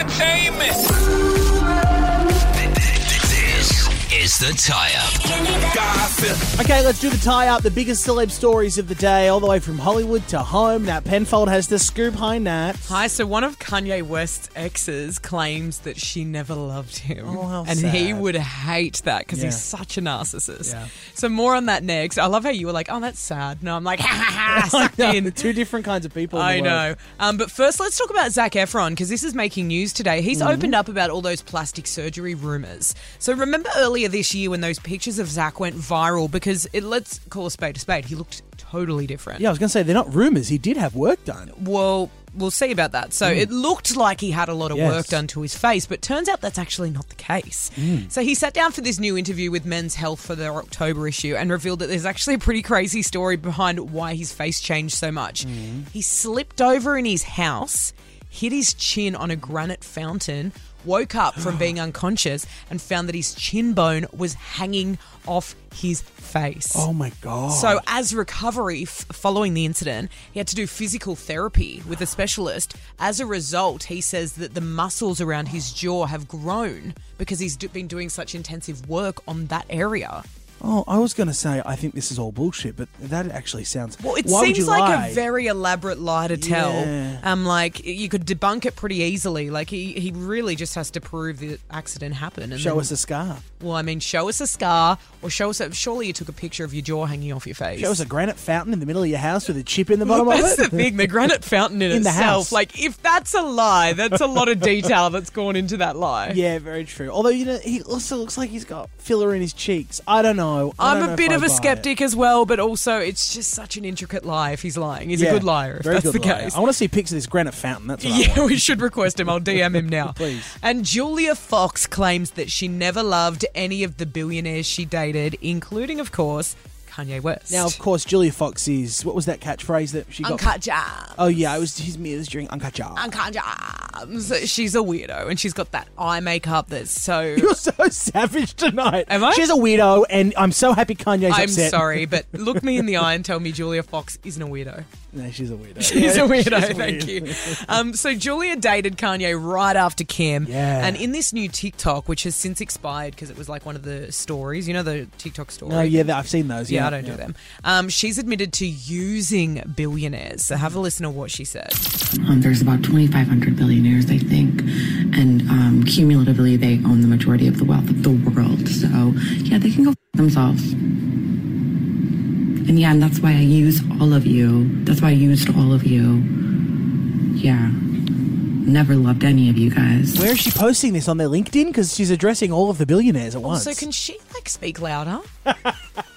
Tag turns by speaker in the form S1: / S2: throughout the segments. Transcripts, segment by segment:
S1: entertainment.
S2: This is the tie up.
S1: Gossip.
S3: Okay, let's do the tie up. The biggest celeb stories of the day, all the way from Hollywood to home. Nat Penfold has the scoop. Hi, Nat.
S4: Hi, so one of Kanye West's exes claims that she never loved him.
S3: Oh, how
S4: and he
S3: sad.
S4: would hate that because
S3: Yeah.
S4: he's such a narcissist.
S3: Yeah.
S4: So more on that next. I love how you were like, oh, that's sad. No, I'm like, ha ha ha, sucked
S3: Yeah,
S4: in.
S3: the two different kinds of people. in the
S4: I
S3: world.
S4: know. Um, but first, let's talk about Zach Efron because this is making news today.
S3: Mm-hmm.
S4: He's opened up about all those plastic surgery rumors. So remember earlier this year when those pictures of Zach went viral because it let's call a spade a spade. He looked totally different.
S3: Yeah, I was going to say they're not rumors. He did have work done.
S4: Well, we'll see about that. So it looked like he had a lot of
S3: Mm. Yes.
S4: work done to his face, but turns out that's actually not the case.
S3: Mm.
S4: So he sat down for this new interview with Men's Health for their October issue and revealed that there's actually a pretty crazy story behind why his face changed so much.
S3: Mm.
S4: He slipped over in his house, hit his chin on a granite fountain. Woke up from being unconscious and found that his chin bone was hanging off his face.
S3: Oh my god.
S4: So, as recovery f- following the incident, he had to do physical therapy with a specialist. As a result, he says that the muscles around his jaw have grown because he's do- been doing such intensive work on that area.
S3: oh, I was going to say I think this is all bullshit, but that actually sounds.
S4: Well, it
S3: Why would
S4: seems
S3: you
S4: like
S3: lie?
S4: a very elaborate lie to
S3: Yeah.
S4: tell. Um, like you could debunk it pretty easily. Like he, he really just has to prove the accident happened. And
S3: Show
S4: then-
S3: us a scar.
S4: Well, I mean, show us a scar, or show us. A, surely you took a picture of your jaw hanging off your face.
S3: Show us a granite fountain in the middle of your house with a chip in the bottom
S4: That's
S3: of it.
S4: the thing, the granite fountain in,
S3: In the
S4: itself.
S3: house.
S4: Like, if that's a lie, that's a lot of detail that's gone into that lie.
S3: Yeah, very true. Although you know, he also looks like he's got filler in his cheeks. I don't know. I don't
S4: I'm
S3: know
S4: a
S3: if
S4: bit
S3: I
S4: of
S3: buy
S4: a
S3: it.
S4: skeptic as well, but also it's just such an intricate lie if he's lying. He's
S3: Yeah,
S4: a good liar if
S3: very
S4: that's
S3: good
S4: the
S3: liar.
S4: case.
S3: I want to see pics of this granite fountain. That's what I
S4: Yeah,
S3: want.
S4: we should request him. I'll DM him now.
S3: Please.
S4: And Julia Fox claims that she never loved any of the billionaires she dated, including, of course, Kanye West.
S3: Now, of course, Julia Fox is what was that catchphrase that she got?
S4: Uncut Jam.
S3: Oh yeah, it was his mirrors during Uncut Jar.
S4: Uncut Jams. She's a weirdo, and she's got that eye makeup that's so.
S3: You're so savage tonight.
S4: Am I?
S3: She's a weirdo, and I'm so happy Kanye's
S4: I'm
S3: upset.
S4: sorry, but look me in the eye and tell me Julia Fox isn't a weirdo.
S3: No, she's a weirdo.
S4: She's
S3: Yeah,
S4: a weirdo,
S3: she's
S4: thank
S3: weird.
S4: you. Um, so Julia dated Kanye right after Kim.
S3: Yeah.
S4: And in this new TikTok, which has since expired because it was like one of the stories, you know the TikTok story?
S3: No, Oh, yeah, I've seen those. Yeah,
S4: Yeah, I don't do them. Um, she's admitted to using billionaires. So have a listen to what she said.
S5: Um, there's about 2,500 billionaires, I think, and um, cumulatively they own the majority of the wealth of the world. So yeah, they can go f- themselves. And yeah, and that's why I use all of you. That's why I used all of you. Yeah, never loved any of you guys.
S3: Where is she posting this on their LinkedIn? Because she's addressing all of the billionaires at once.
S4: So can she like speak louder?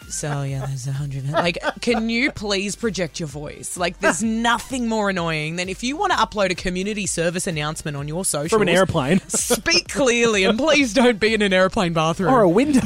S4: so yeah, there's a hundred. Like, can you please project your voice? Like, there's nothing more annoying than if you want to upload a community service announcement on your social
S3: From an airplane.
S4: Speak clearly and please don't be in an airplane bathroom
S3: or a window.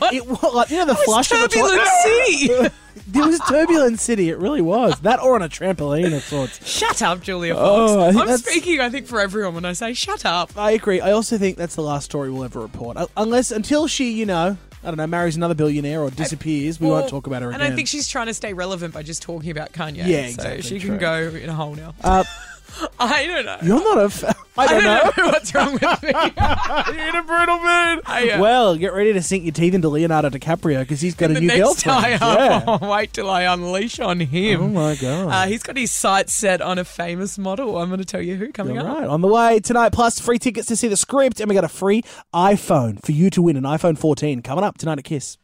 S3: it was like you know the
S4: It's
S3: flush of a
S4: turbulent sea.
S3: There was turbulent city. It really was that, or on a trampoline of sorts.
S4: Shut up, Julia Fox.
S3: Oh, I think
S4: I'm
S3: that's-
S4: speaking, I think, for everyone when I say shut up.
S3: I agree. I also think that's the last story we'll ever report, Un- unless until she, you know, I don't know, marries another billionaire or disappears. We won't
S4: Well,
S3: talk about her again.
S4: Oh, And I think she's trying to stay relevant by just talking about Kanye.
S3: Yeah, exactly,
S4: So she
S3: true.
S4: can go in a hole now.
S3: Uh,
S4: I don't know.
S3: You're not a. F- I
S4: I
S3: don't know.
S4: don't know what's wrong with me. You're in a brutal mood. I, uh,
S3: Well, get ready to sink your teeth into Leonardo DiCaprio because he's got a
S4: the
S3: new
S4: next
S3: girlfriend.
S4: tie
S3: Yeah.
S4: up, wait till I unleash on him.
S3: Oh my god.
S4: Uh, he's got his sights set on a famous model. I'm going to tell you who coming
S3: All
S4: up.
S3: right, on the way tonight, plus free tickets to see the script, and we got a free iPhone for you to win an iPhone 14 coming up tonight at Kiss.